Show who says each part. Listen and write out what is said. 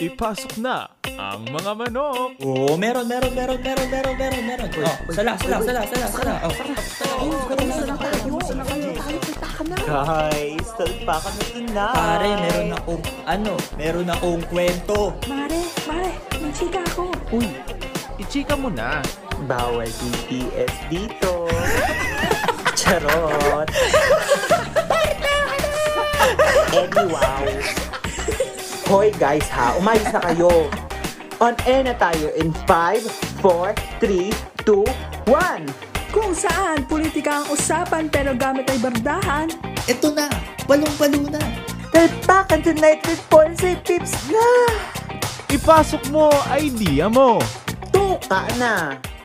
Speaker 1: Ipasok na ang mga manok!
Speaker 2: Oo, Oh, meron, meron, meron, meron, meron, meron, meron. Oh, sala, sala, sala, sala, sala. Oh,
Speaker 3: Guys, talpakan na ito na.
Speaker 2: pare, meron akong, ano, meron akong kwento.
Speaker 4: Mare, mare, may chika ako.
Speaker 1: Uy, ichika mo na!
Speaker 3: Bawal BTS dito. Charot. anyway. Hoy guys ha, umayos na kayo. On air na tayo in 5, 4, 3, 2, 1.
Speaker 4: Kung saan politika ang usapan pero gamit ay bardahan,
Speaker 2: Ito na, balong-balo na.
Speaker 3: Talpakan tonight with Ponce Pips na.
Speaker 1: Ipasok mo idea mo!
Speaker 3: Tuka na.